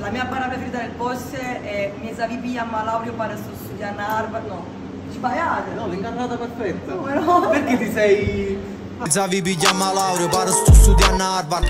La mea para preferita del Porsche è Mesa Vipia ma Laurio para sto studiando a Harvard. No, sbagliate. No, l'ingannata perfetta. Come no? Perché ti sei... Zavi piglia ma laureo, pare sto studiando a Harvard